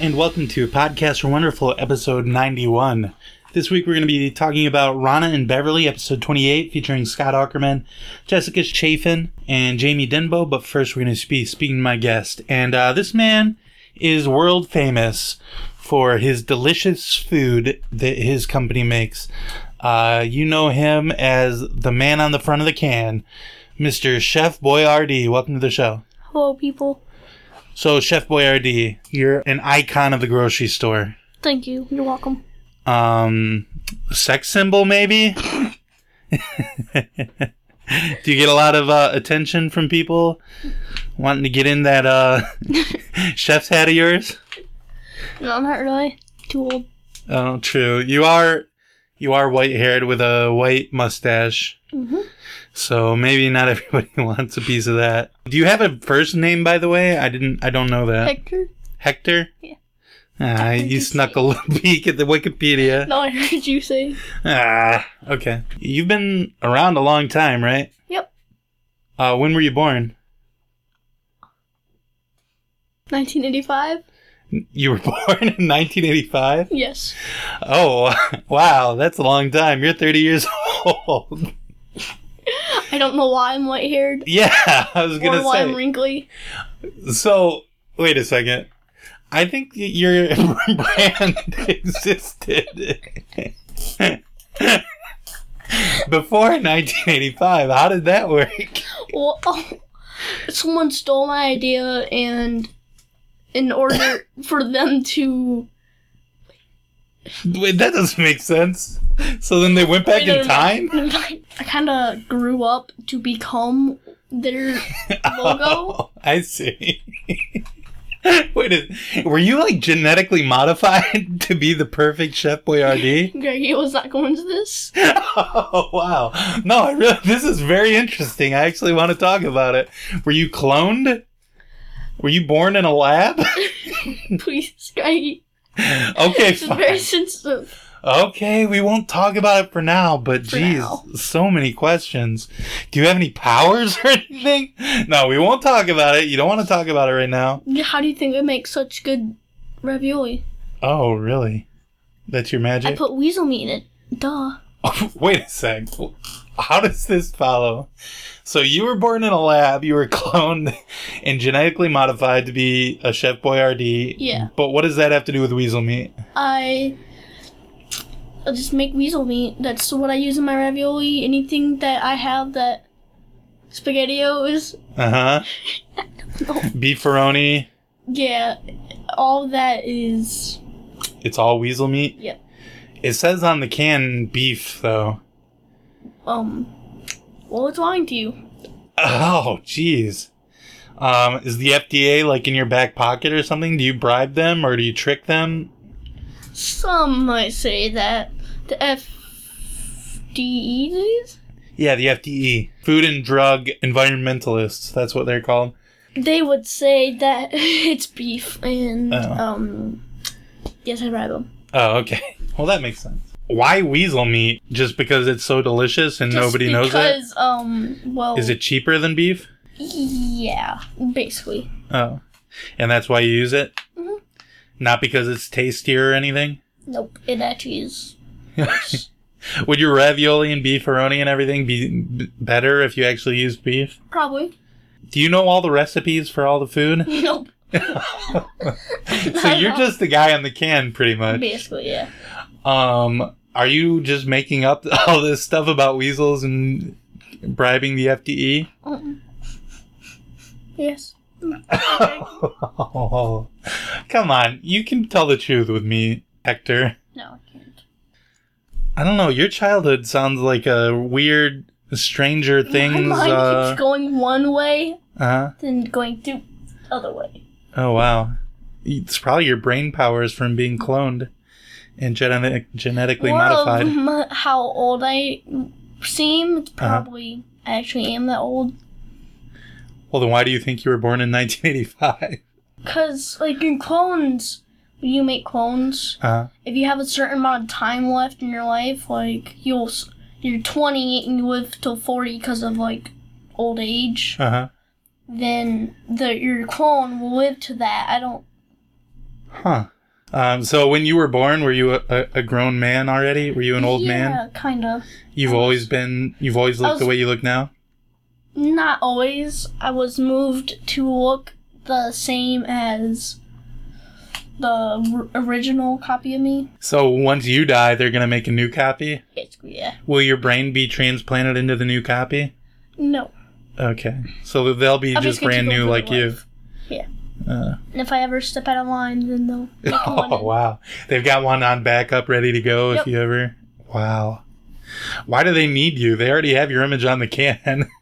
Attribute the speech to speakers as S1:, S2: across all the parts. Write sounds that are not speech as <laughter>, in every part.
S1: and welcome to Podcast from Wonderful, episode 91. This week we're going to be talking about Rana and Beverly, episode 28, featuring Scott Ackerman, Jessica Chafin, and Jamie Denbo. But first, we're going to be speaking to my guest. And uh, this man is world famous for his delicious food that his company makes. Uh, you know him as the man on the front of the can, Mr. Chef Boyardee. Welcome to the show.
S2: Hello, people.
S1: So, Chef Boyardee, you're an icon of the grocery store.
S2: Thank you. You're welcome.
S1: Um, sex symbol, maybe? <laughs> Do you get a lot of uh, attention from people wanting to get in that uh, <laughs> chef's hat of yours?
S2: No, not really. Too old.
S1: Oh, true. You are you are white haired with a white mustache.
S2: Mhm.
S1: So maybe not <laughs> everybody wants a piece of that. Do you have a first name, by the way? I didn't. I don't know that.
S2: Hector?
S1: Hector.
S2: Yeah.
S1: Ah,
S2: Hector
S1: you
S2: Ducey.
S1: snuck a little <laughs> peek at the Wikipedia.
S2: No, I heard you say.
S1: Ah, okay. You've been around a long time, right?
S2: Yep.
S1: Uh, when were you born?
S2: 1985?
S1: You were <laughs> born in 1985.
S2: Yes.
S1: Oh, <laughs> wow, that's a long time. You're 30 years <laughs> old.
S2: I don't know why I'm white haired
S1: Yeah, I was gonna
S2: or why I'm
S1: say.
S2: wrinkly.
S1: So, wait a second. I think y- your <laughs> brand <laughs> existed <laughs> before 1985. How did that work?
S2: Well, <laughs> oh, someone stole my idea, and in
S1: <laughs>
S2: order for them to.
S1: Wait, that doesn't make sense. So then they went back
S2: Wait,
S1: in
S2: never mind.
S1: time?
S2: Never mind. <laughs> I kind of grew up to become
S1: <laughs>
S2: their logo.
S1: Oh, I see. <laughs> Wait, a, were you like genetically modified <laughs> to be the perfect Chef Boyardee?
S2: <laughs> Greggy was not going
S1: <laughs>
S2: to this.
S1: oh wow! No, I really. This is very interesting. I actually want to talk about it. Were you cloned? Were you born in a lab? <laughs>
S2: Please, Greggy.
S1: okay,
S2: This is very
S1: fine.
S2: sensitive.
S1: Okay, we won't talk about it for now. But
S2: For
S1: geez,
S2: now.
S1: so many questions. Do you have any powers <laughs> or anything? No, we won't talk about it. You don't want to talk about it right now.
S2: Yeah, How do you think I make such good ravioli?
S1: Oh, really? That's your
S2: I
S1: magic.
S2: put weasel meat in it. Duh.
S1: <laughs> Wait a sec. How does this follow? So you were born in a lab, you were <laughs> cloned and genetically modified to be a Chef Boyardee.
S2: Yeah.
S1: But what does that have to do with weasel meat?
S2: I I just make weasel meat. That's what I use in my ravioli. Anything that I have that spaghettio is <laughs>
S1: Uh huh.
S2: No.
S1: Beefaroni.
S2: yeah, all that is
S1: It's all weasel meat.
S2: Yep.
S1: It says on the can beef though.
S2: um well it's lying to you.
S1: Oh, jeez. Um, is the FDA like in your back pocket or something? Do you bribe them or do you trick them?
S2: Some might say that the E, FDE is
S1: Yeah, the FDE, Food and Drug Environmentalists. That's what they're called.
S2: they would say that <laughs> it's beef and
S1: Oh.
S2: um yes I read them.
S1: Oh, okay. <laughs> Well, that makes sense. Why weasel meat? Just because it's so delicious and
S2: Just
S1: nobody
S2: because,
S1: knows it?
S2: um, well,
S1: Is it cheaper than beef?
S2: Yeah, basically.
S1: Oh. And that's why you use it?
S2: Mhm.
S1: Not because it's tastier or anything?
S2: Nope, it actually is.
S1: Would your ravioli and beefaroni and everything be b- better if you actually used beef?
S2: Probably. <laughs>
S1: Do you know all the recipes for all the food?
S2: Nope.
S1: so you're just the guy on the can, pretty much.
S2: basically yeah.
S1: Um, are you just making up <laughs> all this stuff about weasels and bribing the E? FDE?
S2: Mm-mm. Um, Yes.
S1: Oh, <laughs> come on. You can tell the truth with me, Hector.
S2: No, I can't.
S1: I don't know. Your childhood sounds like a weird Stranger Things.
S2: My mind
S1: Uh,
S2: keeps going one way,
S1: uh,
S2: then going the other way.
S1: oh, wow. It's probably your brain powers from being cloned and genetic- genetically
S2: More
S1: modified.
S2: <laughs> of m- how old I seem. It's
S1: Uh-huh.
S2: probably I actually am that old.
S1: Well, then why do you think you were born in 1985?
S2: Cause like in clones, when you make clones,
S1: Uh,
S2: if you have a certain amount of time left in your life, like you'll s- you're 20 and you live till 40 because of like old age,
S1: uh huh.
S2: then the your clone will live to that. I don't
S1: Huh. Um, so when you were born, were you a, a, a grown man already? Were you an old man?
S2: Yeah, kind of.
S1: You've always been. You've always looked the
S2: was-
S1: way you look now.
S2: Not always. I was moved to look the same as the r- original copy of me.
S1: So once you die, they're gonna make a new copy.
S2: Basically, yeah.
S1: Will your brain be transplanted into the new copy?
S2: No.
S1: Okay, so they'll be
S2: I'll
S1: just
S2: just
S1: brand
S2: continue
S1: new
S2: with
S1: like
S2: the
S1: you.
S2: life. Yeah.
S1: Uh,
S2: And if I ever step out of line,
S1: <laughs>
S2: then they'll. make one
S1: oh
S2: in.
S1: wow, they've got one on backup ready to go if
S2: Yep.
S1: you ever. Wow, why do they need you? They already have your image on the can.
S2: <laughs>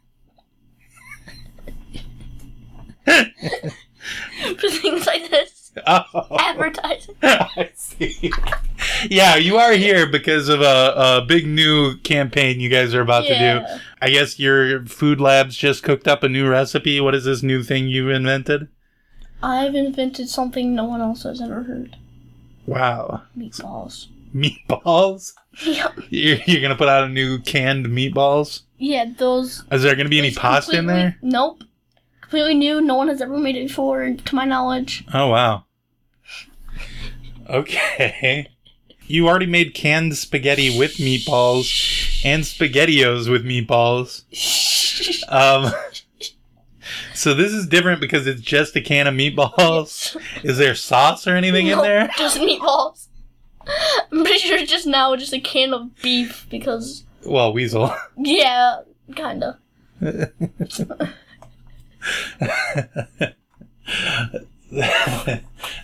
S1: <laughs>
S2: For things like this.
S1: oh.
S2: Advertising.
S1: I see. yeah, you are here because of a, a big new campaign you guys are about to do.
S2: Yeah.
S1: I guess your food labs just cooked up a new recipe. What is this new thing you invented?
S2: I've invented something no one else has ever heard
S1: Wow.
S2: meatballs.
S1: Meatballs? <laughs>
S2: Yep.
S1: You're, you're going to put out a new canned meatballs?
S2: Yeah, those.
S1: Is there going to be any
S2: those
S1: pasta in
S2: completely-
S1: there?
S2: Nope. Completely new. No one has ever made it before, to my knowledge.
S1: Oh, wow. Okay. You already made canned spaghetti with meatballs and spaghettios with meatballs. Um, so this is different because it's just a can of meatballs. Is there sauce or anything in
S2: Nope,
S1: there?
S2: <laughs> Just meatballs. I'm pretty sure just now just a can of beef because
S1: Well, weasel. <laughs>
S2: yeah, kinda. <laughs>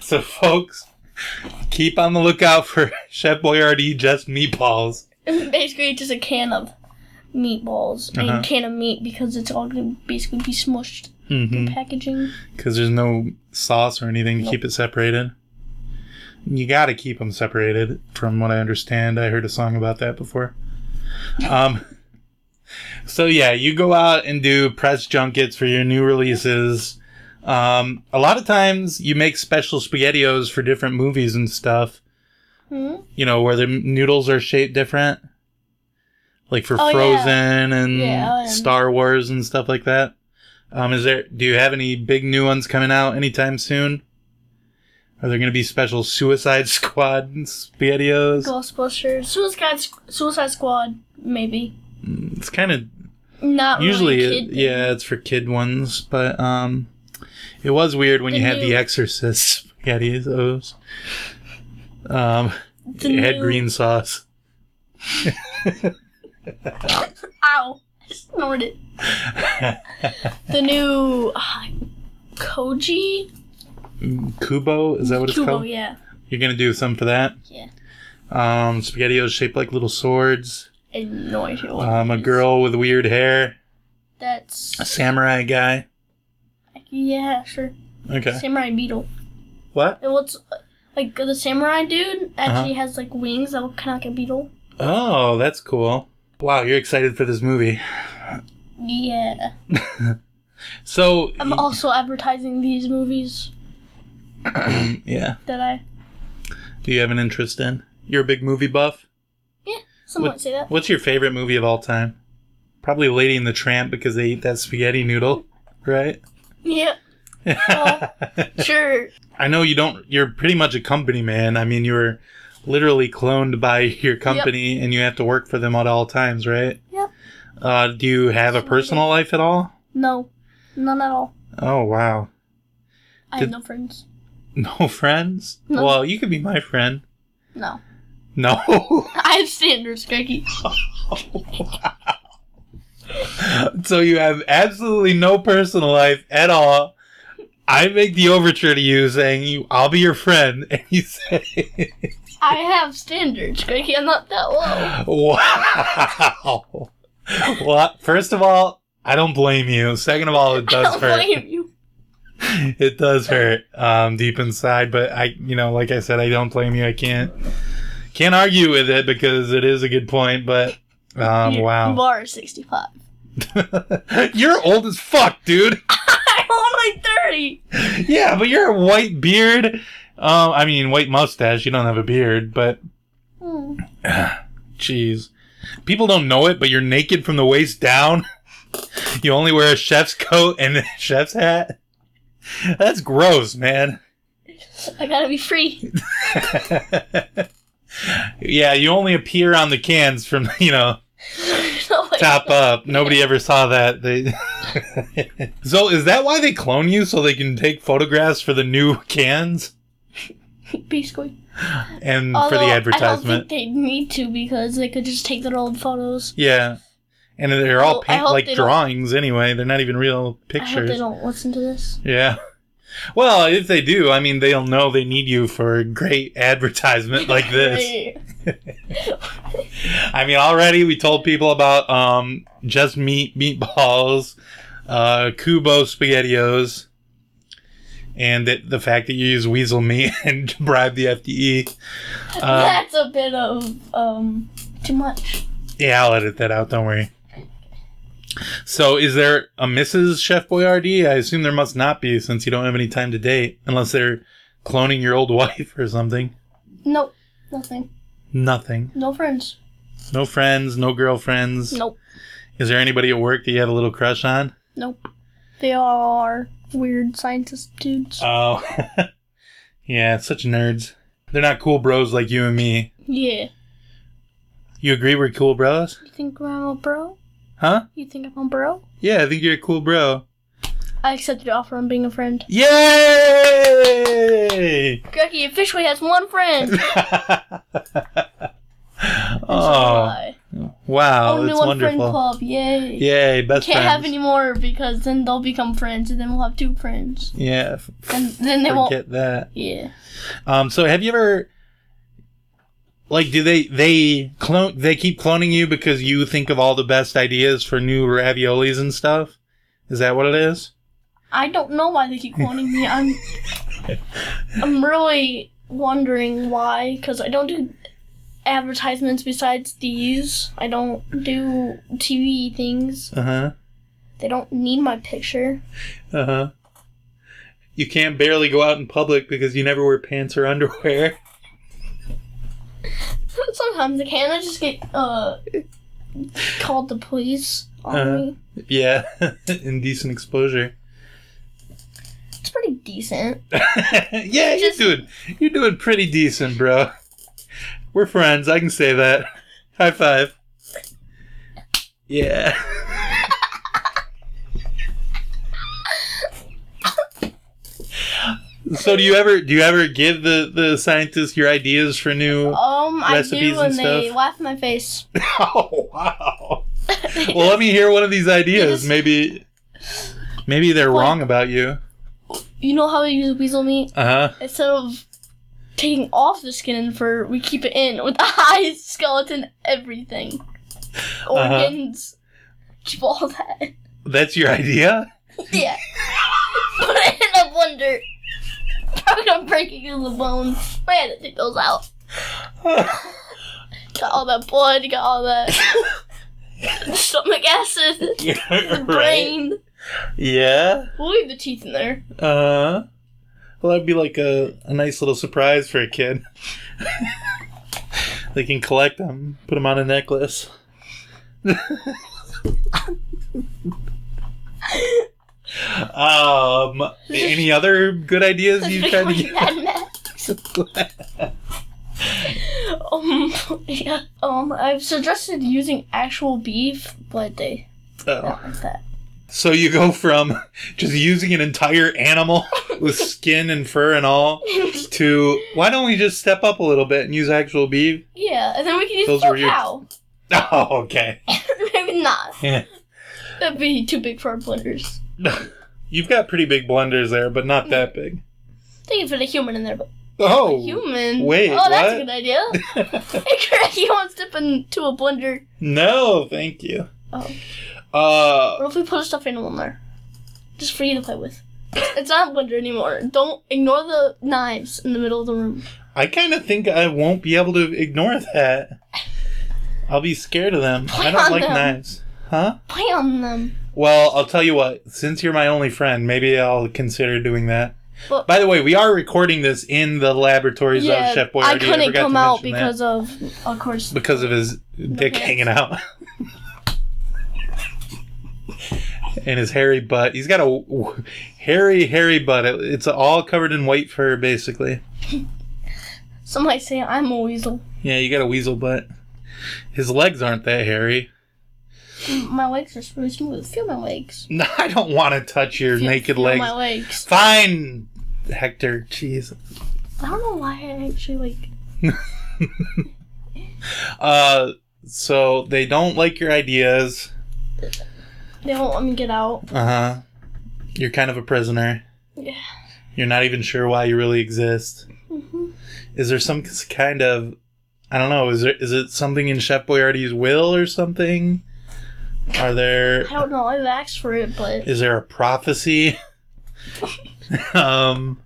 S1: so, folks, keep on the lookout for <laughs> Chef Boyardee just meatballs.
S2: Basically, just a can of meatballs and
S1: Uh-huh.
S2: a can of meat because it's all gonna basically be smushed
S1: Mm-hmm.
S2: in packaging.
S1: Because there's no sauce or anything to keep it separated. You got to keep them separated, from what I understand. I heard a song about that before. Um, so yeah, you go out and do press junkets for your new releases. Um, a lot of times you make special spaghettios for different movies and stuff.
S2: Hmm?
S1: You know where the noodles are shaped different, like for
S2: Oh, yeah.
S1: Frozen and
S2: Yeah, and-
S1: Star Wars and stuff like that. Um, is there? Do you have any big new ones coming out anytime soon? Are there going to be special Suicide <laughs> Squad spaghettios?
S2: Ghostbusters, Suicide Squ- Suicide Squad, maybe.
S1: It's kind of
S2: Not
S1: usually,
S2: really a
S1: it,
S2: kid
S1: yeah, it's for kid ones, but um, it was weird when
S2: The
S1: you had
S2: new-
S1: The Exorcist spaghettios. Um,
S2: The
S1: it had
S2: new-
S1: green sauce.
S2: Ow! I snorted.
S1: <laughs>
S2: the new uh, Koji
S1: Kubo, is that what it's
S2: Kubo,
S1: called?
S2: yeah,
S1: You're gonna do some for that.
S2: yeah.
S1: Um, spaghettios shaped like little swords.
S2: I have no idea what
S1: Um, a
S2: it is.
S1: girl with weird hair. A
S2: That's
S1: samurai guy.
S2: yeah, sure.
S1: Okay.
S2: Samurai beetle.
S1: What?
S2: And what's like the samurai dude actually
S1: Uh-huh.
S2: has like wings that look kind of like a beetle.
S1: Oh, that's cool. Wow, you're excited for this movie.
S2: Yeah.
S1: So,
S2: I'm also advertising these movies
S1: yeah.
S2: that I
S1: Do you have an interest in? You're a big movie buff.
S2: yeah. Some
S1: What-
S2: might say that.
S1: What's your favorite movie of all time? Probably Lady and the Tramp because they eat that spaghetti noodle, right?
S2: Yeah. Well, sure.
S1: I know you don't. You're pretty much a company man. I mean, you were literally cloned by <laughs> your company, and you have to work for them at all times, right?
S2: Yep.
S1: Uh, do you have a personal life at all?
S2: No, none at all.
S1: Oh wow, <laughs>
S2: I
S1: Did-
S2: have no friends.
S1: no friends.
S2: No.
S1: Well, you could be my friend.
S2: No,
S1: No. <laughs>
S2: I have standards, Greggy.
S1: so you have absolutely no personal life at all. I make the overture to you, saying you, I'll be your friend, <laughs> and you say,
S2: I have standards, Greggy. I'm not that
S1: <gasps>
S2: low.
S1: "Wow." <laughs> Well, first of all, I don't blame you. Second of all, it
S2: <laughs> I
S1: does
S2: don't
S1: hurt.
S2: blame you.
S1: it does hurt um, deep inside, but I, you know, like I said, I don't blame you. I can't can't argue with it because it is a good point. But um,
S2: You- You
S1: wow,
S2: are 65.
S1: <laughs> you're old as fuck, dude.
S2: <laughs>
S1: <laughs>
S2: I'm only 30.
S1: Yeah, but you're a white beard. Um, I mean, white mustache. You don't have a beard, but
S2: Hmm.
S1: jeez, people don't know it. But you're naked from the waist down. <laughs> You only <laughs> wear a chef's coat and a chef's hat. That's gross, man.
S2: I gotta be free. <laughs>
S1: yeah, you only appear on the cans from <laughs> you know
S2: No way.
S1: top up. Nobody ever saw that. They <laughs> so is that why they clone you so they can take photographs for the new <laughs> cans
S2: <laughs> Basically.
S1: and
S2: Although,
S1: for the
S2: I don't think
S1: advertisement?
S2: they need to because they could just take their old photos.
S1: Yeah, and they're
S2: Oh,
S1: all
S2: I
S1: paint
S2: hope
S1: like
S2: they don't-
S1: drawings anyway. They're not even real
S2: I hope they
S1: pictures.
S2: don't listen to this.
S1: Yeah. Well, if they do, I mean, they'll know they need you for a great
S2: <laughs>
S1: advertisement like this. um,
S2: Hey.
S1: I mean, already we told people about um, just meat meatballs, uh, Kubo spaghettios, and that the fact that you use weasel meat <laughs> and bribe the FDE.
S2: <laughs>
S1: Uh,
S2: That's a bit of um too much.
S1: yeah, I'll edit that out. Don't worry. So, is there a Mrs. Chef Boyardee? I assume there must not be, since you don't have any time to date, unless they're cloning your old <laughs> wife or something.
S2: Nope. Nothing.
S1: Nothing.
S2: No friends.
S1: No friends. No girlfriends.
S2: Nope.
S1: Is there anybody at work that you have a little crush on?
S2: Nope. They all are weird scientist dudes.
S1: <laughs> Oh. yeah, such nerds. They're not cool bros like you and me.
S2: yeah.
S1: You agree we're cool bros?
S2: You think I'm a bro?
S1: Huh?
S2: You think I'm a bro?
S1: Yeah, I think you're a cool bro.
S2: I accepted the offer on being a friend.
S1: Yay! <laughs>
S2: Greggy officially has one friend. That's a
S1: oh,
S2: lie.
S1: wow,
S2: Only
S1: Oh, that's
S2: Oh, one friend
S1: wonderful.
S2: club. Yay.
S1: Yay, best
S2: Can't
S1: friends.
S2: have any more because then they'll become friends and then we'll have two friends.
S1: yeah, f-
S2: And then they won't.
S1: forget that.
S2: Yeah.
S1: Um, so have you ever like do they they clone they keep cloning you because you think of all the best ideas for new raviolis and stuff? Is that what it is?
S2: I don't know why they keep cloning me.
S1: <laughs>
S2: I'm. I'm really wondering why because I don't do advertisements besides these. I don't do TV things.
S1: Uh-huh.
S2: They don't need my picture.
S1: Uh huh. You can't barely go out in public because you never wear pants or <laughs> underwear.
S2: <laughs> Sometimes I can. I just get uh called the police on
S1: Uh-huh.
S2: me.
S1: Yeah, <laughs> indecent exposure. <laughs>
S2: It's pretty decent.
S1: yeah, you're
S2: Just-
S1: doing you're doing pretty decent, bro. We're friends. I can say that. High five. Yeah. <laughs> so do you ever do you ever give the the scientists your ideas for new?
S2: Um, I
S1: Recipes
S2: do,
S1: and
S2: and they
S1: stuff?
S2: laugh in my face.
S1: <laughs> Oh
S2: <laughs>
S1: wow. well, let me hear one of these ideas.
S2: just-
S1: Maybe, maybe they're
S2: Like-
S1: wrong about you.
S2: You know how we use weasel meat?
S1: Uh huh.
S2: Instead of taking off the skin and fur, we keep it in with <laughs> eyes, skeleton, everything.
S1: Uh-huh.
S2: Organs. Keep all that. <laughs>
S1: That's your idea.
S2: Yeah. but I end up <laughs> wonder. Probably gonna break it in the bones. I had to take those out. Got all that blood, got
S1: <laughs>
S2: all that stomach acid, <laughs> the brain.
S1: Yeah.
S2: We'll leave the teeth in there.
S1: Uh huh. Well, that'd be like a, a nice little surprise for a kid. <laughs> they can collect them, put them on a necklace. <laughs>
S2: <laughs>
S1: um, any other good ideas you tried to
S2: We
S1: get? <laughs>
S2: had next. Um, yeah, um, I've suggested using actual beef, but they
S1: Oh.
S2: don't like that.
S1: So you go from just using an entire animal <laughs> with skin and fur and all to why don't we just step up a little bit and use actual beef? <laughs>
S2: Yeah, and then we can use
S1: Those
S2: full
S1: were your-
S2: cow. <laughs>
S1: Oh, okay. <laughs>
S2: Maybe not.
S1: Yeah.
S2: That'd be too big for our blenders.
S1: You've got pretty big blenders there, but not that big.
S2: Think if it a human in there, but
S1: Oh,
S2: human.
S1: wait,
S2: oh, that's
S1: what?
S2: a
S1: <laughs>
S2: good idea. <laughs> you won't dip into a blender.
S1: no, thank you.
S2: Oh.
S1: Uh,
S2: What if we put a stuffed animal in there? Just for you to play with. It's not a blender anymore. Don't ignore the knives in the middle of the room.
S1: I kind of think I won't be able to ignore that. I'll be scared of them. I
S2: Why
S1: don't like
S2: them?
S1: knives. Huh?
S2: Play on them.
S1: Well, I'll tell you what. Since you're my only friend, maybe I'll consider doing that.
S2: Well-
S1: By the way, we are recording this in the laboratories of uh, Chef Boyardee.
S2: I
S1: forgot
S2: couldn't
S1: to
S2: come out
S1: mention that.
S2: because of, of course,
S1: because of his dick
S2: pants.
S1: hanging out. and his hairy butt. He's got a w- w- hairy, hairy butt. It- It's all covered in white fur, basically.
S2: Some might say I'm a weasel.
S1: Yeah, you got a weasel butt. His legs aren't that hairy. <laughs>
S2: My legs are really smooth. Feel my legs.
S1: No, I don't want to touch your
S2: Feel-
S1: naked
S2: feel
S1: legs.
S2: My legs.
S1: Fine, Hector. Jeez.
S2: I don't know why I actually like.
S1: Uh, so they don't like your ideas.
S2: They won't let me get out.
S1: Uh huh. You're kind of a prisoner.
S2: Yeah.
S1: You're not even sure why you really exist.
S2: hmm
S1: Is there some s- kind of, I don't know, is there is it something in Chef Boyardee's will or something? Are there
S2: I don't know. I've asked for it, but
S1: is there a prophecy? <laughs> um,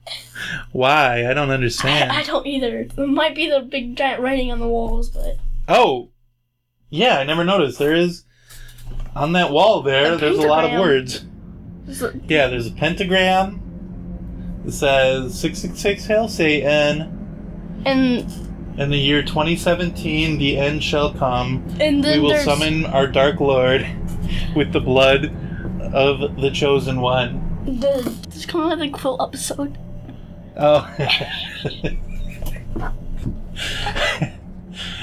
S1: why I don't understand.
S2: I, I don't either. It might be the big giant writing on the walls, but
S1: Oh, yeah, I never noticed. There is on that wall there.
S2: A
S1: there's a lot of
S2: pentagram.
S1: words.
S2: it's a-
S1: Yeah, there's a pentagram. It says six six six hail Satan.
S2: and
S1: In the year 2017, the end shall come.
S2: and then
S1: we will
S2: there's
S1: summon our dark lord with the blood of the chosen one.
S2: the just come another quilt episode.
S1: Oh.
S2: <laughs>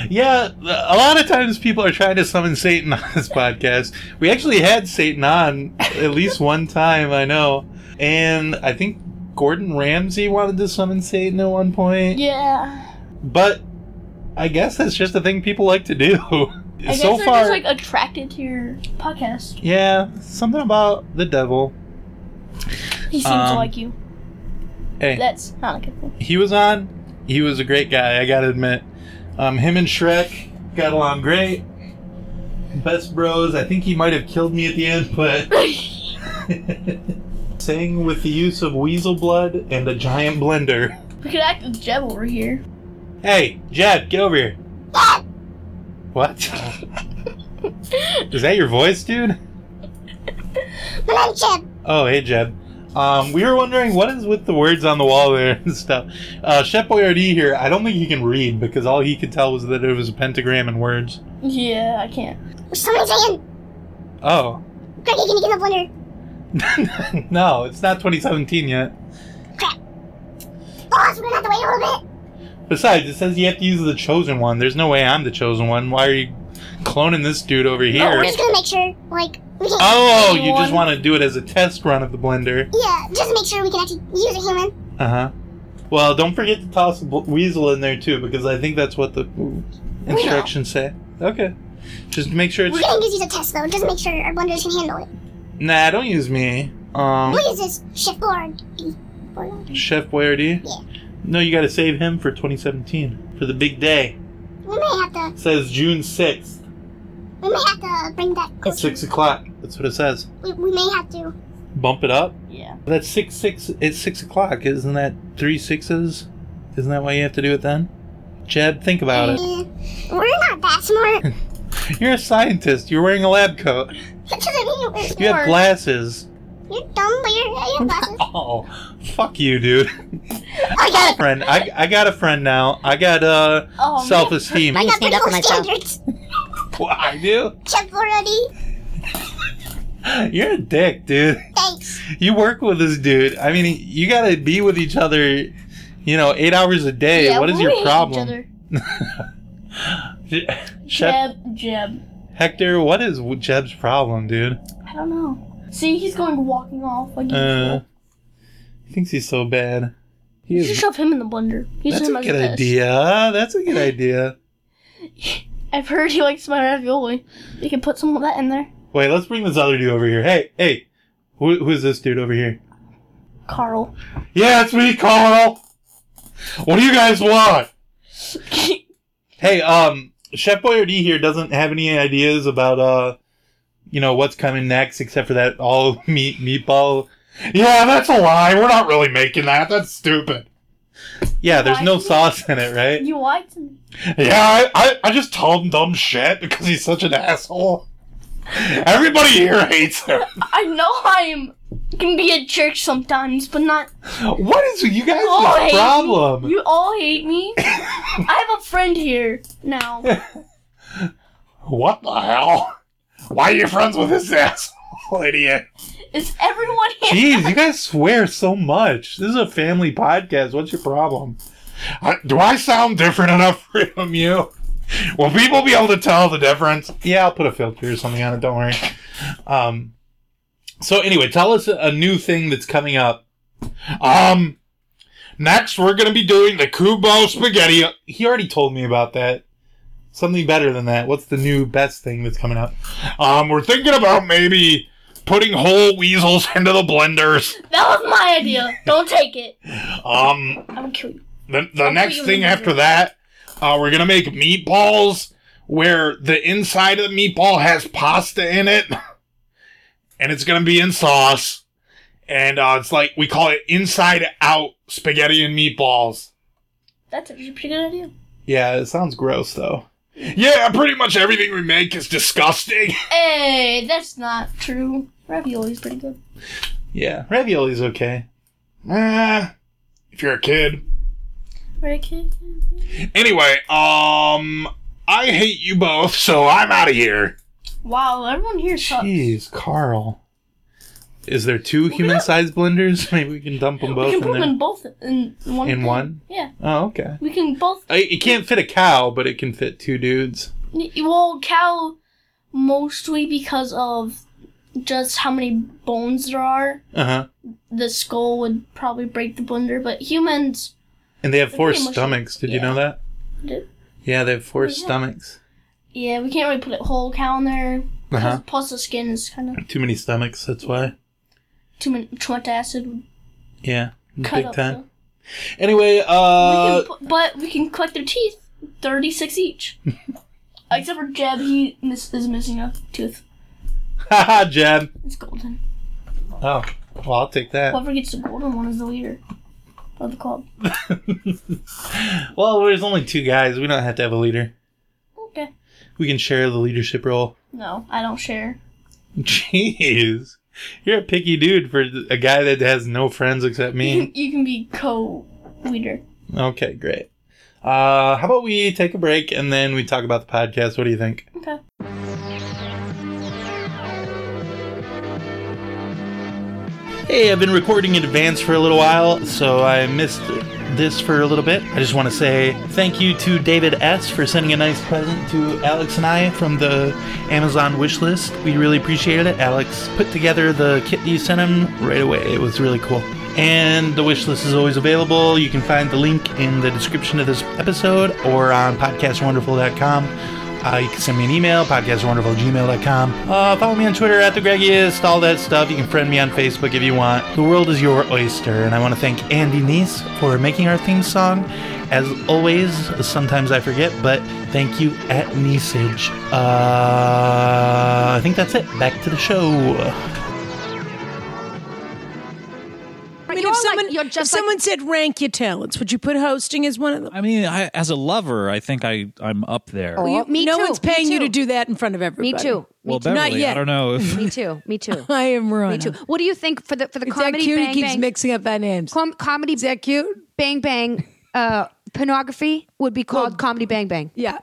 S1: yeah, a lot of times people are trying to summon Satan on this podcast. We actually had Satan on at
S2: <laughs>
S1: least one time, I know. And I think Gordon Ramsay wanted to summon Satan at one point.
S2: Yeah.
S1: But I guess that's just a thing people like to do.
S2: I guess
S1: so
S2: they're
S1: far,
S2: just like attracted to your podcast.
S1: yeah, something about the devil.
S2: He seems
S1: Um,
S2: to like you.
S1: Hey,
S2: That's not a good thing.
S1: he was on. He was a great guy. I gotta admit, um, him and Shrek got along great. Best bros. I think he might have killed me at the end, but sang with the use of weasel blood and a giant blender.
S2: we could act as Jeb over here.
S1: Hey, Jeb, get over here. What? Is that your voice, dude?
S2: Hello, Jeb.
S1: Oh, hey, Jeb. Um, we were wondering what is with the words on the wall there and stuff. Uh, Chef Boyardee here, I don't think he can read because all he could tell was that it was a pentagram and words.
S2: Yeah, I can't.
S3: Someone saying,
S1: Oh. <laughs>
S3: Greg, are you gonna give up winner?
S1: no, it's not 2017 yet.
S3: Boss, we're gonna have to wait a little bit.
S1: Besides, it says you have to use the chosen one. There's no way I'm the chosen one. Why are you cloning this dude over
S3: No,
S1: here?
S3: we're just gonna make sure, like, we can.
S1: Oh,
S2: Chosen
S1: you just
S2: one.
S1: want to do it as a test run of the blender.
S3: Yeah, just make sure we can actually use a human.
S1: Uh huh. Well, don't forget to toss a bl- weasel in there too, because I think that's what the instructions say. Okay. Just make sure it's
S3: We're gonna just use a test though, just make sure our blenders can handle it.
S1: Nah, don't use me. Um,
S3: We'll use this shift board. Board.
S1: Chef Boyardee.
S3: Yeah.
S1: No, you got to save him for 2017 for the big day.
S3: We may have to,
S1: It says June 6th,
S3: we may have to bring that
S1: at
S3: closer.
S1: six o'clock. That's what it says.
S3: We, we may have to.
S1: Bump it up.
S2: Yeah.
S1: That's six six. It's six o'clock, isn't that three sixes? Isn't that why you have to do it then? Jeb, think about it.
S3: Eh, we're not that smart. <laughs> that
S1: You're a scientist. You're wearing a lab coat.
S3: doesn't mean we're
S1: You have
S3: smart.
S1: glasses.
S3: You're dumb, but you're, you have glasses.
S1: Oh, fuck you, dude. <laughs>
S3: I got it.
S1: Friend, <laughs> I, I got a friend now. I got uh
S2: Oh,
S1: self-esteem.
S3: I
S1: I,
S4: can
S3: got
S4: stand up for
S3: pretty cool
S4: myself.
S3: standards.
S1: <laughs> I do.
S3: Chef already.
S1: You're a dick, dude.
S3: Thanks.
S1: you work with this dude. I mean, you gotta be with each other, you know, eight hours a day.
S2: Yeah,
S1: what is
S2: we hate
S1: your
S2: each
S1: problem?
S2: other.
S1: Chef
S2: Jeb, Jeb.
S1: <laughs> Hector, what is Jeb's problem, dude?
S2: I don't know. See, he's going walking off like
S1: Uh,
S2: usual.
S1: he thinks he's so bad. He
S2: You should
S1: is.
S2: shove him in the blender. Use
S1: That's a
S2: him as
S1: good
S2: test.
S1: idea. That's a good idea.
S2: I've heard he likes my ravioli. You can put some of that in there.
S1: Wait, let's bring this other dude over here. Hey, hey, who, who's this dude over here?
S2: Carl. <laughs>
S1: Yeah, it's me, Carl. What do you guys want? Hey, um, Chef Boyardee here doesn't have any ideas about, uh, you know, what's coming next except for that all <laughs> meat meatball. Yeah, that's a lie. We're not really making that. That's stupid. Yeah, there's no
S2: Why?
S1: sauce in it,
S2: <laughs>
S1: right?
S2: you lied to me.
S1: Yeah, I, I, I just told him dumb shit because he's such an asshole. Everybody here hates him.
S2: I know I am can be a jerk sometimes, but not
S1: What is you guys'
S2: you all hate
S1: problem?
S2: me. You all hate me. I have a friend here now.
S1: What the hell? Why are you friends with this <laughs> asshole? Oh, idiot.
S2: Is everyone here?
S1: <laughs> Jeez, you guys swear so much. This is a family podcast. What's your problem?
S4: I, do I sound different enough <laughs> from you? Will people be able to tell the difference?
S1: Yeah, I'll put a filter or something on it. Don't worry. Um, so anyway, tell us a new thing that's coming up.
S4: Um, next we're gonna be doing the Kubo spaghetti.
S1: He already told me about that. Something better than that. What's the new best thing that's coming up?
S4: Um, we're thinking about maybe putting whole weasels <laughs> into the blenders.
S2: That was my idea. Don't take it.
S4: Um,
S2: I'm gonna kill you.
S4: The, the
S2: I'll
S4: next
S2: put you
S4: thing
S2: in the
S4: after that, uh, we're gonna make meatballs where the inside of the meatball has pasta in it, <laughs> and it's gonna be in sauce, and uh, it's like we call it inside out spaghetti and meatballs.
S2: That's actually a pretty good idea.
S1: Yeah, it sounds gross though.
S4: Yeah, pretty much everything we make is disgusting. <laughs>
S2: Hey, that's not true. Ravioli's pretty good.
S1: Yeah, ravioli's okay.
S4: Eh, if you're a kid.
S2: Right, kid?
S4: Anyway, um, I hate you both, so I'm out of here.
S2: Wow, everyone here sucks.
S1: Jeez, Carl. Is there two human-sized blenders? <laughs> Maybe we can dump them
S2: We
S1: both
S2: can
S1: in
S2: put them
S1: there.
S2: in both in one.
S1: In
S2: thing.
S1: one?
S2: Yeah,
S1: Oh, okay.
S2: we can both.
S1: I- It can't fit a cow, but it can fit two dudes.
S2: Well, cow mostly because of just how many bones there are.
S1: Uh huh.
S2: The skull would probably break the blender, but humans.
S1: And they have
S2: They're
S1: four
S2: pretty mushy.
S1: stomachs. Did you know that?
S2: Did-
S1: Yeah, they have four
S2: yeah.
S1: stomachs.
S2: Yeah, we can't really put a whole cow in there.
S1: Uh huh.
S2: Plus, the skin is kind of
S1: Too many stomachs. That's why.
S2: too many. Too much acid would
S1: Yeah,
S2: cut
S1: big
S2: up.
S1: time.
S2: the-
S1: Anyway, uh,
S2: we can, put- but we can collect their teeth,
S1: <laughs>
S2: thirty-six each. Except for Jeb, he miss, is missing a tooth.
S1: haha, <laughs> Jeb.
S2: It's golden.
S1: Oh, well, I'll take that.
S2: Whoever gets the golden one is the leader of the club.
S1: Well, there's only two guys. We don't have to have a leader.
S2: Okay.
S1: We can share the leadership role. <laughs>
S2: No, I don't share.
S1: Jeez, you're a picky dude for a guy that has no friends except
S2: You <laughs>
S1: me.
S2: can, you can be co-leader.
S1: okay, great. Uh, how about we take a break and then we talk about the podcast? What do you think?
S2: Okay.
S1: Hey, I've been recording in advance for a little while, so I missed this for a little bit. I just want to say thank you to David S. for sending a nice present to Alex and I from the Amazon wish list. We really appreciated it. Alex put together the kit that you sent him right away. It was really cool. And the wish list is always available. You can find the link in the description of this episode or on podcastwonderful.com. Uh, you can send me an email, podcastwonderful@gmail.com. Uh, follow me on Twitter at the Greggiest, all that stuff. You can friend me on Facebook if you want. The world is your oyster, and I want to thank Andy Neese for making our theme song. As always, sometimes I forget, but thank you at Neesage. Uh, I think that's it. Back to the show.
S5: I
S6: mean,
S5: you're
S6: if someone,
S5: like, you're
S6: if
S5: just like-
S6: someone said rank your talents, would you put hosting as one of them?
S7: I mean, I, as a lover, I think I I'm up there.
S5: Oh,
S6: You-
S5: me
S6: no
S5: too,
S6: one's paying
S5: me
S6: you to
S5: too.
S6: do that in front of everybody.
S5: Me too. Me
S7: well,
S5: too.
S6: not
S7: Beverly,
S6: yet.
S7: I don't
S5: <laughs>
S7: know
S6: <laughs>
S7: if
S5: Me too. Me too.
S6: I am Rona.
S5: Me too. What do you think for the for the
S6: Is that
S5: comedy
S6: cute?
S5: bang
S6: he keeps
S5: bang
S6: mixing up our names.
S5: com- comedy
S6: Is that cute?
S5: bang bang uh, pornography would be called comedy bang bang?
S6: Yeah.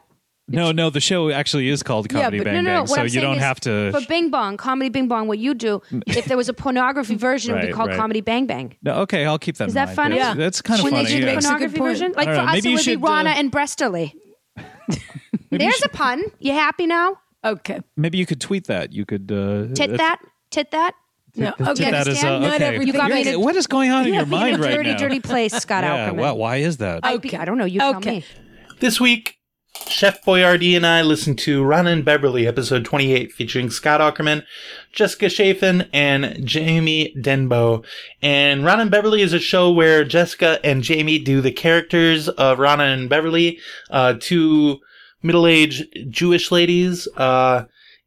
S7: no, no, the show actually is called
S5: Yeah,
S7: Comedy
S5: but
S7: Bang
S5: no, no, no.
S7: Bang,
S5: What
S7: so
S5: I'm
S7: you
S5: saying
S7: don't
S5: is
S7: have to.
S5: For Bing Bong, comedy Bing Bong, what you
S7: <laughs>
S5: do, if there was a pornography version, it would be
S7: Right,
S5: called
S7: right.
S5: comedy Bang Bang.
S7: no, okay, I'll keep that.
S5: Is
S7: in
S5: that
S7: mind.
S5: funny?
S7: That's- That's kind of
S5: when
S7: funny.
S5: they do the
S7: yeah.
S6: That's a good
S5: pornography
S6: point.
S5: version, like
S7: I
S5: for
S7: don't know.
S5: us,
S7: Maybe
S5: it
S7: you
S5: would
S7: should,
S5: be Rana
S7: uh,
S5: and
S7: <laughs>
S5: Bresterly.
S7: you
S5: There's a pun. You happy now?
S6: Okay.
S7: Maybe you could tweet that. You could uh,
S5: Tit that? Tit that?
S6: No.
S7: Tit
S6: Okay.
S7: that is
S5: understand?
S7: uh,
S6: Not
S7: okay.
S6: everything You got me is- in a-
S7: what is going on in your
S5: You're
S7: mind
S5: in a
S7: right
S5: dirty,
S7: now?
S5: dirty place, Scott
S7: <laughs> yeah.
S5: Aukerman.
S7: Well, why is that?
S5: I'd be-
S6: Okay.
S5: I don't know. You tell
S6: Okay.
S5: me.
S1: This week, Chef Boyardee and I listened to Ron and Beverly, episode 28, featuring Scott Ackerman, Jessica Chafin, and Jamie Denbo. And Ron and Beverly is a show where Jessica and Jamie do the characters of Ron and Beverly, uh, two middle-aged Jewish ladies, uh,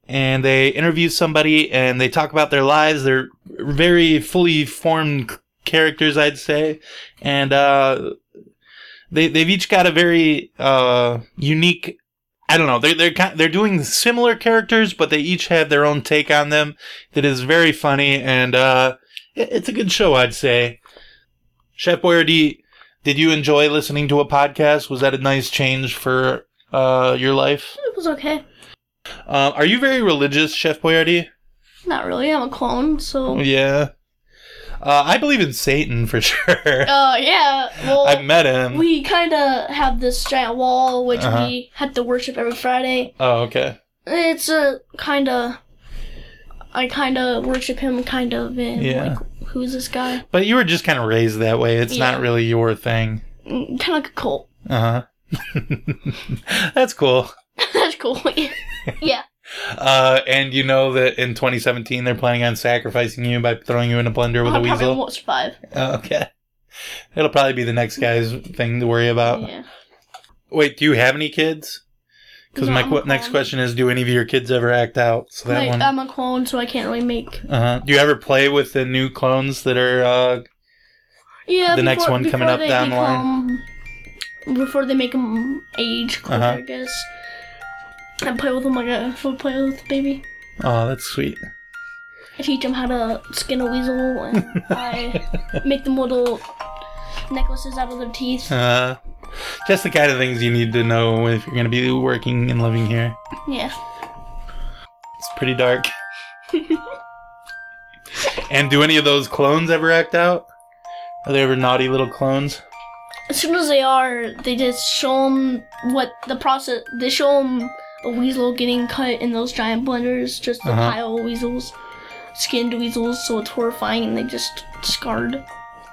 S1: and they interview somebody and they talk about their lives. They're very fully formed characters, I'd say. And, uh, they they've each got a very uh unique I don't know. They're they're kind, they're doing similar characters, but they each have their own take on them that is very funny and uh it- it's a good show, I'd say. Chef Boyardee, did you enjoy listening to a podcast? Was that a nice change for uh your life?
S2: It was okay.
S1: Uh, are you very religious, Chef Boyardee?
S2: Not really. I'm a clone,
S1: Oh,
S2: so.
S1: Yeah. Uh, I believe in Satan for <laughs> sure.
S2: Uh, yeah. Well,
S1: I've met him.
S2: we kind of have this giant wall which
S1: Uh-huh.
S2: we had to worship every Friday.
S1: oh, okay.
S2: It's a kind of. I kind of worship him, kind of, and
S1: Yeah.
S2: like, who's this guy?
S1: But you were just kind of raised that way. It's
S2: Yeah.
S1: not really your thing.
S2: Kind of Mm, like a cult. <laughs>
S1: Uh huh. <laughs> That's cool.
S2: That's cool. <laughs>
S1: <laughs>
S2: yeah. yeah.
S1: Uh, and you know that in 2017 they're planning on sacrificing you by throwing you in a blender with
S2: I
S1: a
S2: probably
S1: weasel.
S2: won't survive.
S1: Oh, okay. It'll probably be the next guy's thing to worry about.
S2: Yeah.
S1: Wait, do you have any kids? Because
S2: No, um,
S1: my
S2: I'm
S1: qu-
S2: fine.
S1: next question is, do any of your kids ever act out? So that
S2: Like,
S1: one.
S2: I'm a clone, so I can't really make.
S1: uh-huh. Do you ever play with the new clones that are? Uh,
S2: Yeah.
S1: The next
S2: before-
S1: one coming
S2: before
S1: up
S2: they
S1: down the
S2: become- Before they make them age closer,
S1: Uh-huh.
S2: I guess. I play with them like a would play with a baby.
S1: oh, that's sweet.
S2: I teach them how to skin a weasel, and
S1: <laughs>
S2: I make them little necklaces out of their teeth.
S1: Uh, just the kind of things you need to know if you're going to be working and living here.
S2: Yeah.
S1: It's pretty dark. and do any of those clones ever act out? Are they ever naughty little clones?
S2: As soon as they are, they just show them what the process. They show them a weasel getting cut in those giant blenders, just a
S1: Uh-huh.
S2: pile of weasels, skinned weasels. So it's horrifying, and they just scarred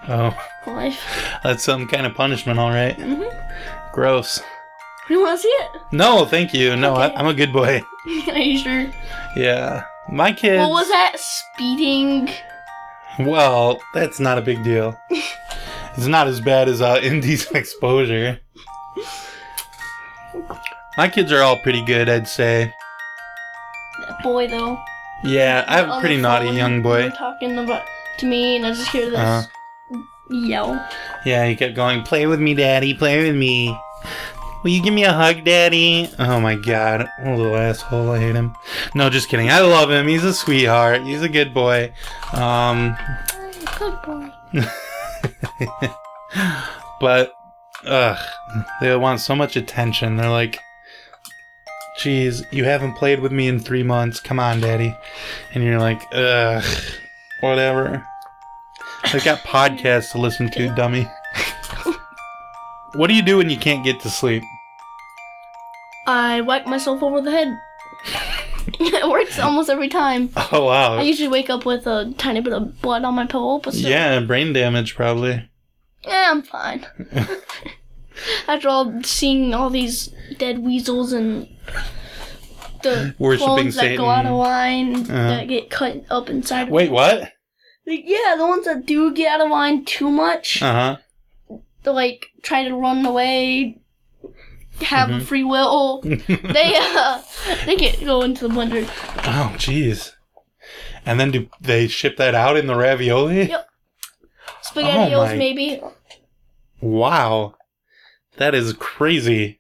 S1: Oh,
S2: for life. <laughs>
S1: that's some kind of punishment, all right.
S2: Mm-hmm.
S1: Gross.
S2: You want to see it? <laughs>
S1: No, thank you. No, I,
S2: Okay.
S1: I'm a good boy.
S2: Are you sure?
S1: Yeah. My kids.
S2: What was that? Speeding.
S1: Well, that's not a big
S2: <laughs>
S1: deal. it's not as bad as uh, indecent <laughs> exposure. My kids are all pretty good, I'd say.
S2: That boy though.
S1: Yeah, I have
S2: On
S1: a
S2: the
S1: pretty naughty
S2: phone,
S1: young
S2: they
S1: boy.
S2: were Talking about to me, and I just hear this
S1: Uh-huh.
S2: yell.
S1: Yeah, he kept going, play with me, daddy, play with me. Will you give me a hug, daddy? Oh my god, what a little asshole, I hate him. No, just kidding. I love him. He's a sweetheart. He's a good boy. Um, <laughs>
S3: Good boy.
S1: but, ugh, they want so much attention. They're like, geez, you haven't played with me in three months. Come on, daddy. And you're like, ugh, whatever. They've got podcasts to listen to, dummy. what do you do when you can't get to sleep?
S2: I whack myself over the head. <laughs> it works almost every time.
S1: <laughs> Oh, wow.
S2: I usually wake up with a tiny bit of blood on my pillow, but still,
S1: Yeah, brain damage probably.
S2: eh,
S1: <laughs>
S2: I'm fine. After all, seeing all these dead weasels and the
S1: Worshipping
S2: clones that go out
S1: Satan.
S2: of line
S1: Uh-huh.
S2: that get cut up inside. of
S1: Wait, what?
S2: Like, yeah, the ones that do get out of line too much,
S1: Uh huh.
S2: they like try to run away, have
S1: Mm-hmm.
S2: a
S1: <laughs>
S2: free will. they uh, they get go into the blender.
S1: Oh, jeez. And then do they ship that out in the ravioli?
S2: Yep. Spaghettios,
S1: my-
S2: maybe.
S1: Wow. That is crazy.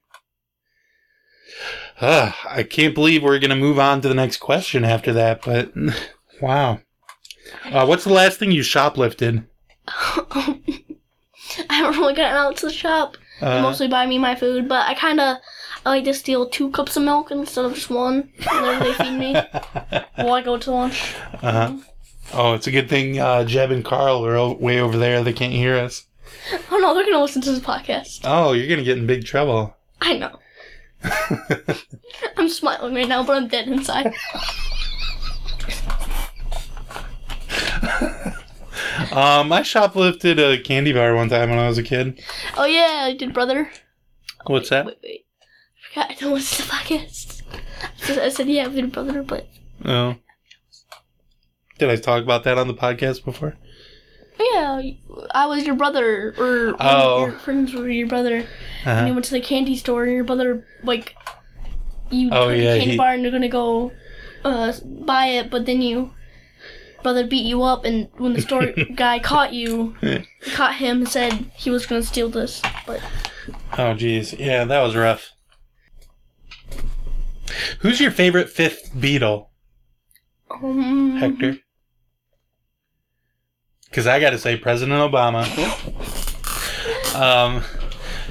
S1: Ugh, I can't believe we're going to move on to the next question after that, but <laughs> wow. Uh, what's the last thing you shoplifted?
S2: <laughs> I haven't really gotten out to the shop. They
S1: Uh,
S2: mostly buy me my food, but I kind of I like to steal two cups of milk instead of just one whenever they feed me. While I go to lunch.
S1: uh-huh. Oh, it's a good thing uh, Jeb and Carl are o- way over there. They can't hear us.
S2: Oh no, they're gonna listen to this podcast.
S1: Oh, you're going to get in big trouble.
S2: I know. I'm smiling right now, but I'm dead inside.
S1: Um, I shoplifted a candy bar one time when I was a kid.
S2: Oh yeah, I did, brother.
S1: What's that?
S2: Wait, wait. I forgot I don't listen to podcasts. I said- I said yeah, I did, brother, but
S1: Oh. Did I talk about that on the podcast before?
S2: oh yeah, I was your brother, or one of
S1: Oh.
S2: your friends were your brother. and you
S1: Uh,
S2: went to the candy store and your brother like you
S1: Oh,
S2: took a
S1: yeah,
S2: candy
S1: he-
S2: bar and you're gonna go uh, buy it but then you brother beat you up and when
S1: <laughs>
S2: the store guy caught you caught him and said he was gonna steal this but
S1: oh, jeez. Yeah, that was rough. Who's your favorite fifth Beatle,
S2: um,
S1: Hector? Because I got to say, President Obama. um,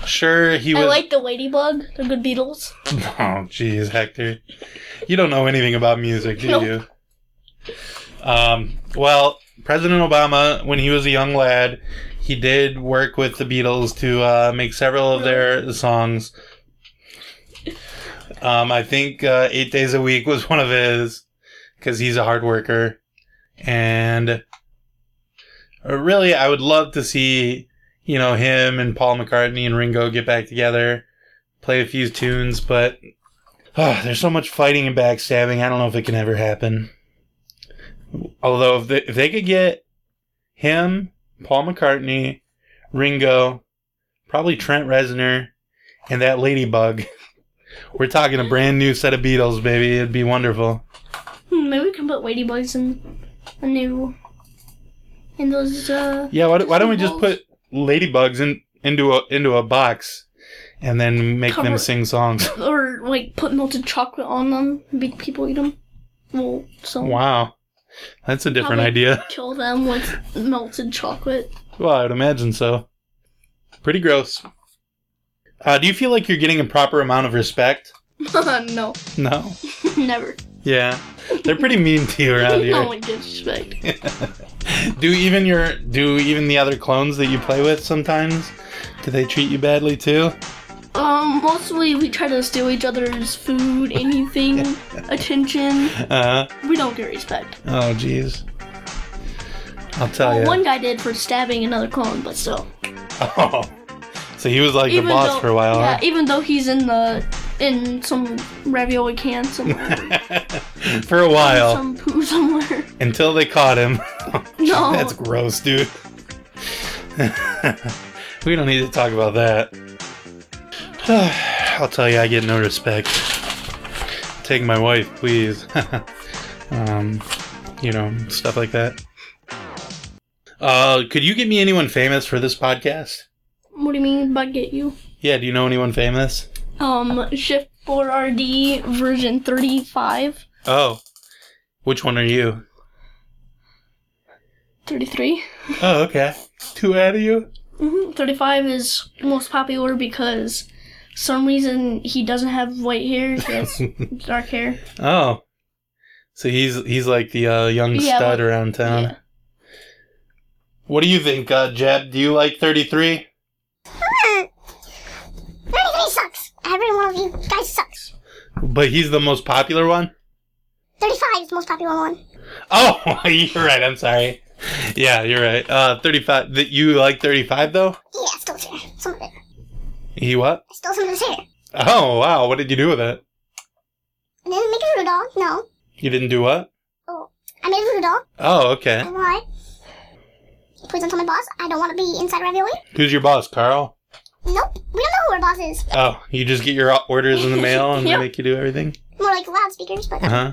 S1: sure, he was.
S2: I like the ladybug they're good beetles
S1: <laughs> Oh, jeez, Hector. You don't know anything about music, do
S2: Nope.
S1: you? Um, well, President Obama, when he was a young lad, he did work with the Beatles to uh, make several of their songs. Um, I think uh, Eight Days a Week was one of his, because he's a hard worker. And uh, really, I would love to see, you know, him and Paul McCartney and Ringo get back together, play a few tunes, but ah, there's so much fighting and backstabbing. I don't know if it can ever happen. Although if they, if they could get him, Paul McCartney, Ringo, probably Trent Reznor, and that ladybug, <laughs> we're talking a brand new set of Beatles, baby. It'd be wonderful.
S2: Hmm, Maybe we can put Ladybugs in a new. in those, uh.
S1: Yeah, why, don't- why don't we just put ladybugs in into a into a box, and then make them
S2: Cover-
S1: sing songs? <laughs>
S2: Or, like, put melted chocolate on them, make people eat them. Well, so.
S1: Wow, that's a different
S2: Probably
S1: idea.
S2: Kill them with melted chocolate. <laughs>
S1: Well, I would imagine so. Pretty gross. Uh, do you feel like you're getting a proper amount of respect?
S2: no,
S1: No.
S2: never.
S1: Yeah, they're pretty mean to you around
S2: <laughs> No
S1: here.
S2: one gives respect.
S1: Do even your do even the other clones that you play with sometimes? Do they treat you badly too?
S2: Um, mostly we try to steal each other's food, anything,
S1: <laughs>
S2: attention.
S1: Uh
S2: We don't get respect.
S1: oh, jeez. I'll tell
S2: Well,
S1: you.
S2: one guy did for stabbing another clone, but still.
S1: Oh, <laughs> so he was like the boss for a while.
S2: Yeah,
S1: huh?
S2: even though he's in the in some ravioli
S1: <laughs>
S2: can somewhere,
S1: for a while
S2: some
S1: <laughs>
S2: poo somewhere. <laughs>
S1: until they caught him. <laughs>
S2: No,
S1: That's gross, dude. <laughs> we don't need to talk about that. <sighs> I'll tell you, I get no respect. Take my wife, please. <laughs> um, you know, stuff like that. Uh, could you get me anyone famous for this podcast?
S2: what do you mean by get you?
S1: Yeah, do you know anyone famous?
S2: Um, shift 4RD version 35,
S1: Oh, which one are you?
S2: 33.
S1: Oh, okay. Two out of you?
S2: hmm 35 is most popular because some reason he doesn't have white hair.
S1: <laughs>
S2: He has dark hair.
S1: Oh, so he's he's like the uh, young
S2: Yeah,
S1: stud
S2: like-
S1: around town.
S2: yeah.
S1: What do you think, uh, Jeb? Do you like 33?
S3: Thirty-three sucks. Every one of you guys sucks.
S1: But he's the most popular one?
S3: Thirty-five is the most popular one.
S1: Oh, <laughs> you're right. I'm sorry. Yeah, you're right. Uh, 35. That you like 35 though?
S3: Yeah, I stole his hair. Some of it. I
S1: He what?
S3: stole some of his hair.
S1: Oh, wow. What did you do with it?
S3: I didn't make a voodoo doll. No.
S1: You didn't do what?
S3: Oh, I made a voodoo doll.
S1: Oh, okay.
S3: Why? Please don't tell my boss. I don't want to be inside ravioli.
S1: Who's your boss, Carl?
S3: Nope. We don't know who our boss is.
S1: Oh, you just get your orders in the mail
S2: <laughs>
S1: and
S2: Yep.
S1: they make you do everything?
S3: More like loudspeakers, but um,
S1: Uh huh.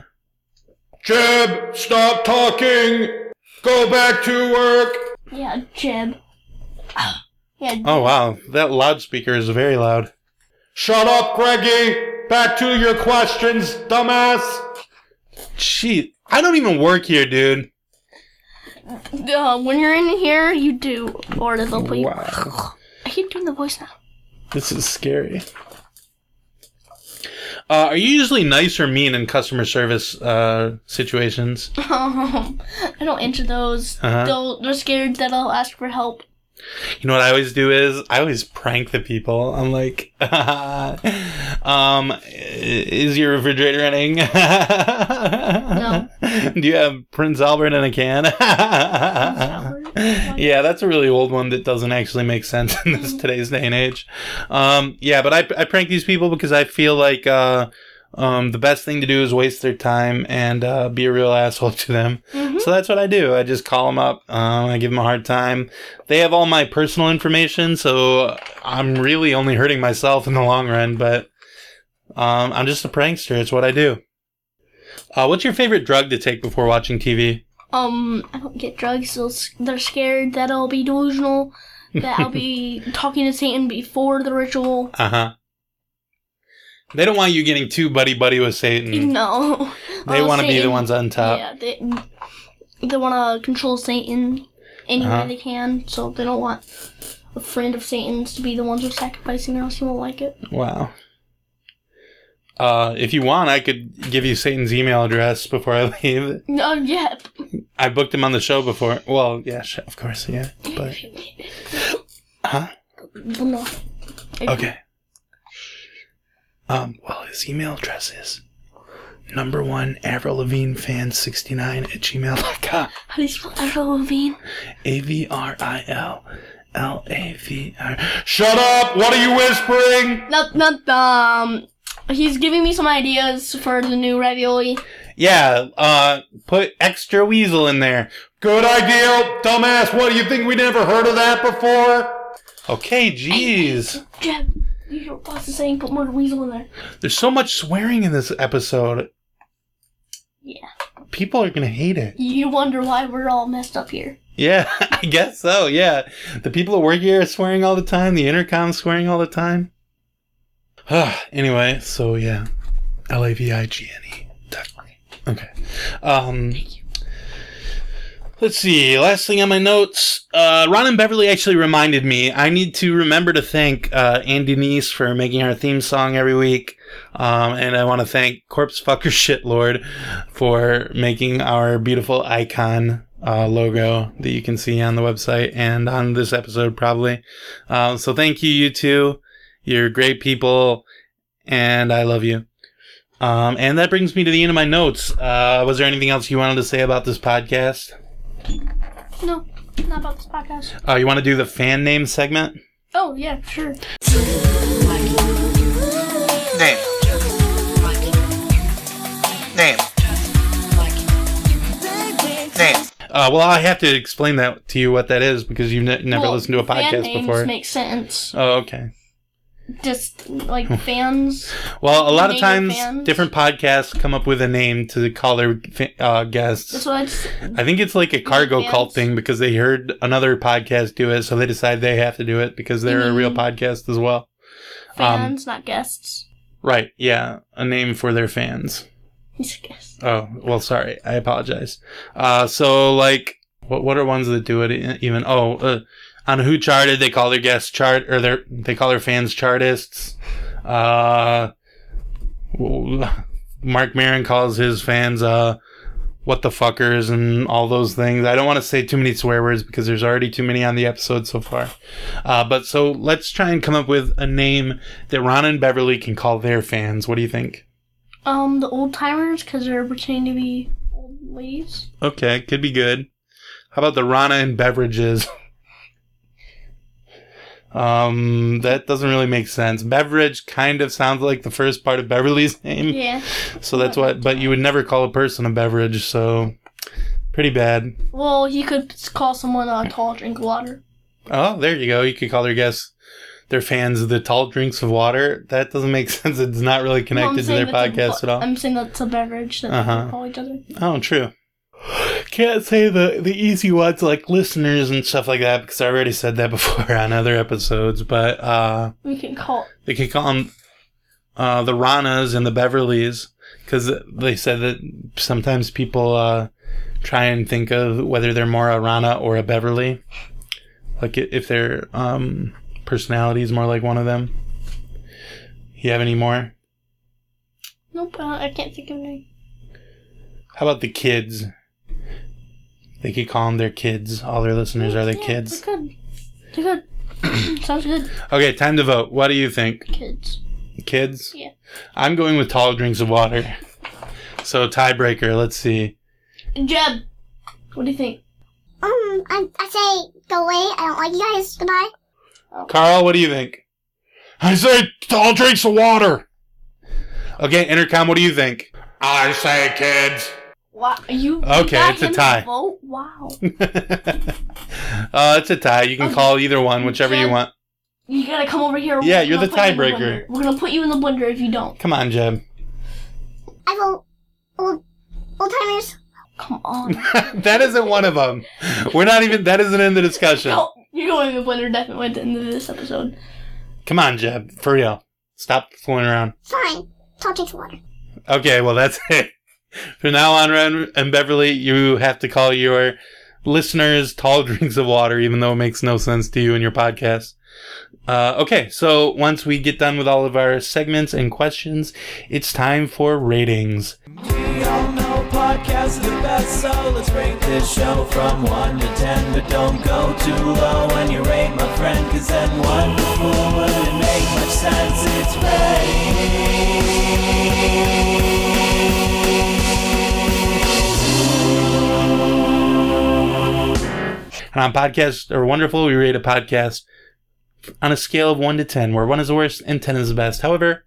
S4: Jeb, stop talking. Go back to work.
S2: Yeah, Jeb. yeah,
S1: Oh, wow. That loudspeaker is very loud.
S4: Shut up, Greggy. Back to your questions, dumbass.
S1: Gee, I don't even work here, dude.
S2: uh, when you're in here, you do. Or they'll put you. I keep doing the voice now. <laughs>
S1: This is scary. Uh, are you usually nice or mean in customer service uh, situations?
S2: Um, I don't answer those.
S1: Uh-huh.
S2: They'll, they're scared that I'll ask for help.
S1: You know what I always do is I always prank the people. I'm like, <laughs> um, is your refrigerator running? no. <laughs> Do you have Prince Albert in a can? <laughs>
S2: Albert?
S1: yeah, that's a really old one that doesn't actually make sense in this today's day and age. Um, yeah, but I, I prank these people because I feel like uh, um, the best thing to do is waste their time and uh, be a real asshole <laughs> to them.
S2: Mm-hmm.
S1: So that's what I do. I just call them up. Um, I give them a hard time. They have all my personal information, so I'm really only hurting myself in the long run. But um, I'm just a prankster. It's what I do. Uh, what's your favorite drug to take before watching TV?
S2: Um, I don't get drugs. They'll, s- they're scared that I'll be delusional, that
S1: <laughs>
S2: I'll be talking to Satan before the ritual.
S1: Uh huh. They don't want you getting too buddy buddy with Satan.
S2: No.
S1: They
S2: Oh,
S1: want to be the
S2: Satan.
S1: ones on top.
S2: Yeah, they they want to control Satan any
S1: Uh-huh.
S2: way they can, so they don't want a friend of Satan's to be the ones who are sacrificing, or else he won't like it.
S1: Wow. Uh, if you want, I could give you Satan's email address before I <laughs> leave.
S2: No, yeah.
S1: I booked him on the show before. Well, yeah, sh- of course, yeah. But huh?
S2: Well, no.
S1: Okay. Um. Well, his email address is number one Avril Levine fan sixty nine at gmail.com.
S2: How do you spell Avril Lavigne?
S1: A V R I L L A V R.
S4: Shut up! What are you whispering?
S2: Not, not, um, he's giving me some ideas for the new ravioli.
S1: Yeah. Uh. Put extra weasel in there.
S4: Good idea, dumbass. What do you think we never heard of that before?
S1: Okay. Jeez.
S2: Jeff, your boss is saying put more weasel in there.
S1: There's so much swearing in this episode.
S2: Yeah.
S1: People are gonna hate it.
S2: You wonder why we're all messed up here.
S1: Yeah, <laughs> I guess so. Yeah, the people at work here are swearing all the time. The intercom's swearing all the time. <sighs> anyway, so yeah, L A V I G N E. Okay. Um, let's see. Last thing on my notes. Uh, Ron and Beverly actually reminded me. I need to remember to thank uh, Andy Neese for making our theme song every week. Um, and I want to thank Corpse Fucker <laughs> Shitlord for making our beautiful icon uh, logo that you can see on the website and on this episode, probably. Um, so thank you, you two. You're great people, and I love you. Um, and that brings me to the end of my notes. Uh, was there anything else you wanted to say about this podcast?
S2: No, not about this podcast.
S1: Uh, you want to do the fan name segment?
S2: Oh, yeah, sure.
S8: Name. Name. Name.
S1: Uh, well, I have to explain that to you what that is because you've ne- never
S2: Well,
S1: listened to a
S2: fan
S1: podcast
S2: names
S1: before.
S2: make sense.
S1: oh, okay. <laughs>
S2: Just like fans.
S1: Well, a lot of
S2: Native
S1: times
S2: fans.
S1: different podcasts come up with a name to call their fa- uh, guests.
S2: That's what I just,
S1: I think it's like a cargo
S2: fans.
S1: cult thing because they heard another podcast do it, so they decide they have to do it because they're a real
S2: Mm-hmm.
S1: podcast as well. Um,
S2: fans, not guests.
S1: Right? Yeah, a name for their fans.
S2: He's a guest.
S1: Oh, well, sorry, I apologize. Uh, so like, what what are ones that do it e- even? Oh, uh, on Who Charted, they call their guests chart or their they call their fans chartists. Uh, w- Mark Maron calls his fans uh, what the fuckers and all those things. I don't want to say too many swear words because there's already too many on the episode so far. Uh, but so let's try and come up with a name that Ron and Beverly can call their fans. What do you think?
S2: Um, the old timers, because they're pretending to be old ladies.
S1: Okay, could be good. How about the Rana and beverages? <laughs> um, that doesn't really make sense. Beverage kind of sounds like the first part of Beverly's <laughs> name,
S2: Yeah.
S1: so that's what. But you would never call a person a beverage, so pretty bad.
S2: Well, he could s- call someone a tall drink of water.
S1: Oh, there you go. You could call their guests, their fans, the tall drinks of water. That doesn't make <laughs> sense. It's not really
S2: No, I'm
S1: connected to
S2: saying
S1: their
S2: that's a
S1: podcast
S2: bu-
S1: at all.
S2: I'm saying that's a beverage that
S1: Uh-huh.
S2: they call each other.
S1: Oh, true. Can't say the the easy ones like listeners and stuff like that because I already said that <laughs> before on other episodes. But uh,
S2: We can call
S1: they could call them uh, the Ranas and the Beverleys because they said that sometimes people uh, try and think of whether they're more a Rana or a Beverly, like i- if their um, personality is more like one of them. You have any more?
S2: Nope, uh, I can't think of any.
S1: How about the kids? They could call them their kids. All their listeners are their
S2: Yeah,
S1: kids.
S2: They're good. They're good. <coughs> Sounds good.
S1: Okay, time to vote. What do you think?
S2: Kids.
S1: Kids?
S2: Yeah.
S1: I'm going with tall drinks of water. So, tiebreaker, let's see.
S2: Jeb, what do you think?
S3: Um, I, I say go away. I don't like you guys. Goodbye.
S1: Carl, what do you think?
S4: I say tall drinks of water.
S1: Okay, Intercom, what do you think?
S4: I say kids.
S2: Wow, you. you
S1: Okay,
S2: got
S1: it's a
S2: him to
S1: tie.
S2: Vote? Wow.
S1: <laughs> uh, it's a tie. You can call either one, whichever you
S2: Jeb.
S1: want.
S2: You gotta come over here. We're
S1: Yeah,
S2: gonna
S1: you're the
S2: put you in
S1: tiebreaker.
S2: blender. We're gonna put you in the blender if you don't.
S1: Come on, Jeb. <laughs>
S3: I vote old old timers.
S2: Come
S1: <laughs>
S2: on.
S1: that isn't one of them. We're not even, that isn't in the discussion.
S2: no, you're going in the blender definitely at the end of this episode.
S1: Come on, Jeb. For real. Stop fooling around.
S3: Fine. Tall drinks of water.
S1: Okay, well that's <laughs> it. From now on, Ren and Beverly, you have to <laughs> call your listeners tall drinks of water, even though it makes no sense to you in your podcast. Uh, okay, so once we get done with all of our segments and questions, it's time for ratings.
S9: We all know podcasts are the best, so let's rate this show from 1 to 10. But don't go too low when you rate my friend, cause then 1 to 4 wouldn't make much sense. It's
S1: And on podcasts are wonderful. We rate a podcast on a scale of one to ten, where one is the worst and ten is the best. However,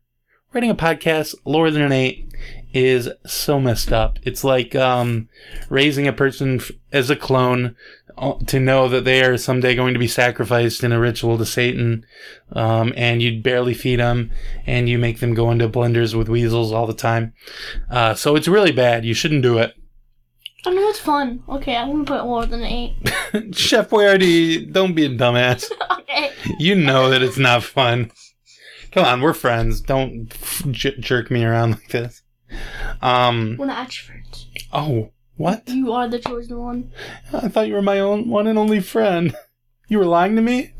S1: rating a podcast lower than an eight is so messed up. It's like um, raising a person f- as a clone uh, to know that they are someday going to be sacrificed in a ritual to Satan, um, and you barely feed them, and you make them go into blenders with weasels all the time. Uh, so it's really bad. You shouldn't do it.
S2: I know it's fun. Okay, I'm gonna put more than an eight.
S1: Chef Boyardee, don't be a dumbass.
S2: Okay.
S1: You know that it's not fun. Come on, we're friends. Don't j- jerk me around like this. Um.
S2: We're not your friends.
S1: Oh, what?
S2: You are the chosen one.
S1: I thought you were my own one and only friend. <laughs> You were lying to me.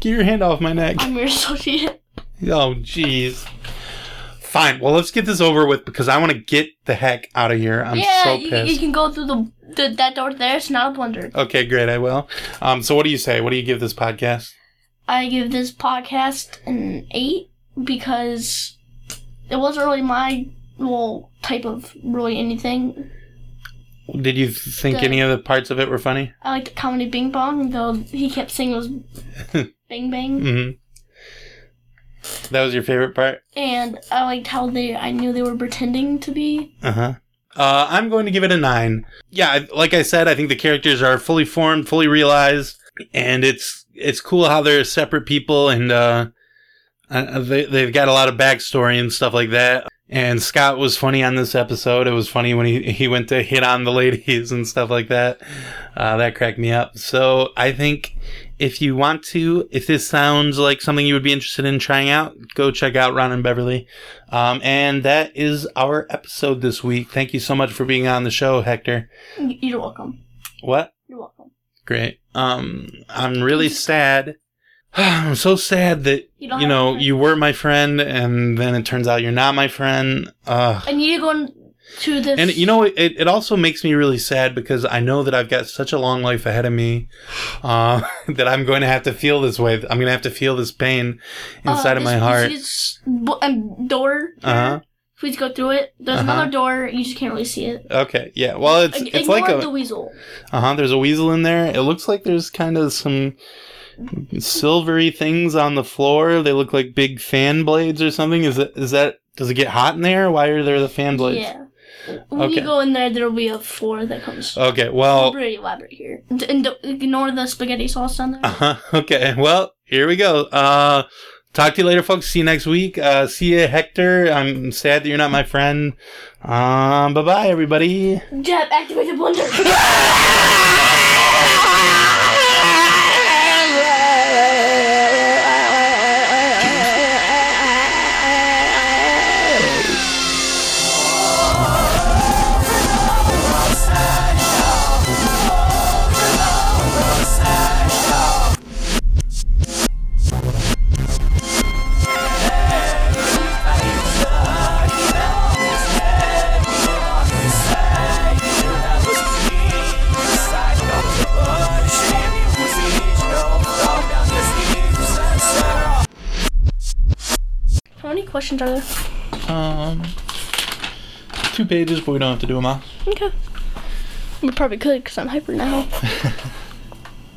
S1: Get your hand off my neck.
S2: I'm your <laughs> associate.
S1: Oh, jeez. Fine. Well, let's get this over with because I want to get the heck out of here. I'm
S2: yeah,
S1: so
S2: you, you
S1: pissed.
S2: can go through the, the that door there. It's not a blender.
S1: Okay, great. I will. Um. So, what do you say? What do you give this podcast?
S2: I give this podcast an eight because it wasn't really my well type of really anything.
S1: Did you think
S2: Good.
S1: any of the parts of it were funny?
S2: I liked the comedy Bing Bong, though he kept saying it was
S1: <laughs>
S2: Bing Bang,
S1: hmm That was your favorite part.
S2: and I liked how they I knew they were pretending to be.
S1: Uh-huh. Uh, I'm going to give it a nine. Yeah, I- like I said, I think the characters are fully formed, fully realized, and it's it's cool how they're separate people and uh, uh, they they've got a lot of backstory and stuff like that. And Scott was funny on this episode. It was funny when he he went to hit on the ladies <laughs> and stuff like that. Uh, that cracked me up. So I think if you want to, if this sounds like something you would be interested in trying out, go check out Ron and Beverly. Um, and that is our episode this week. Thank you so much for being on the show, Hector.
S2: Y- You're welcome.
S1: What?
S2: You're welcome.
S1: Great. Um, I'm really sad. <sighs> I'm so sad that
S2: You don't
S1: you
S2: have a
S1: know
S2: friend.
S1: you were my friend, and then it turns out you're not my friend. Ugh.
S2: I need to go in- to this.
S1: And you know, it, it also makes me really sad because I know that I've got such a long life ahead of me <sighs> uh, <laughs> that I'm going to have to feel this way. I'm going to have to feel this pain inside
S2: uh,
S1: of
S2: this-
S1: my heart.
S2: this bo- um, door.
S1: Uh-huh.
S2: Please go through it. There's
S1: Uh-huh.
S2: another door. You just can't really see it.
S1: Okay, yeah. Well, it's
S2: Ig-
S1: it's
S2: Ignore
S1: like a
S2: the weasel.
S1: Uh huh. There's a weasel in there. It looks like there's kind of some silvery things on the floor. They look like big fan blades or something. Is that, is that does it get hot in there? Why are there the fan blades?
S2: Yeah. When
S1: Okay. Oh.
S2: you go in there, there'll be a floor that comes.
S1: Okay. Well.
S2: Pretty elaborate here. And, and don't- ignore the spaghetti sauce on there.
S1: Uh huh. <laughs> Okay. Well, here we go. Uh, talk to you later, folks. See you next week. Uh, see you, Hector. I'm sad that you're not my friend. Um, bye bye, everybody.
S2: Jeb, activate the
S1: <laughs>
S2: blender.
S6: <laughs>
S2: How many questions are there?
S1: Um, two pages, but we don't have to do them all.
S2: Okay. We probably could because I'm hyper now.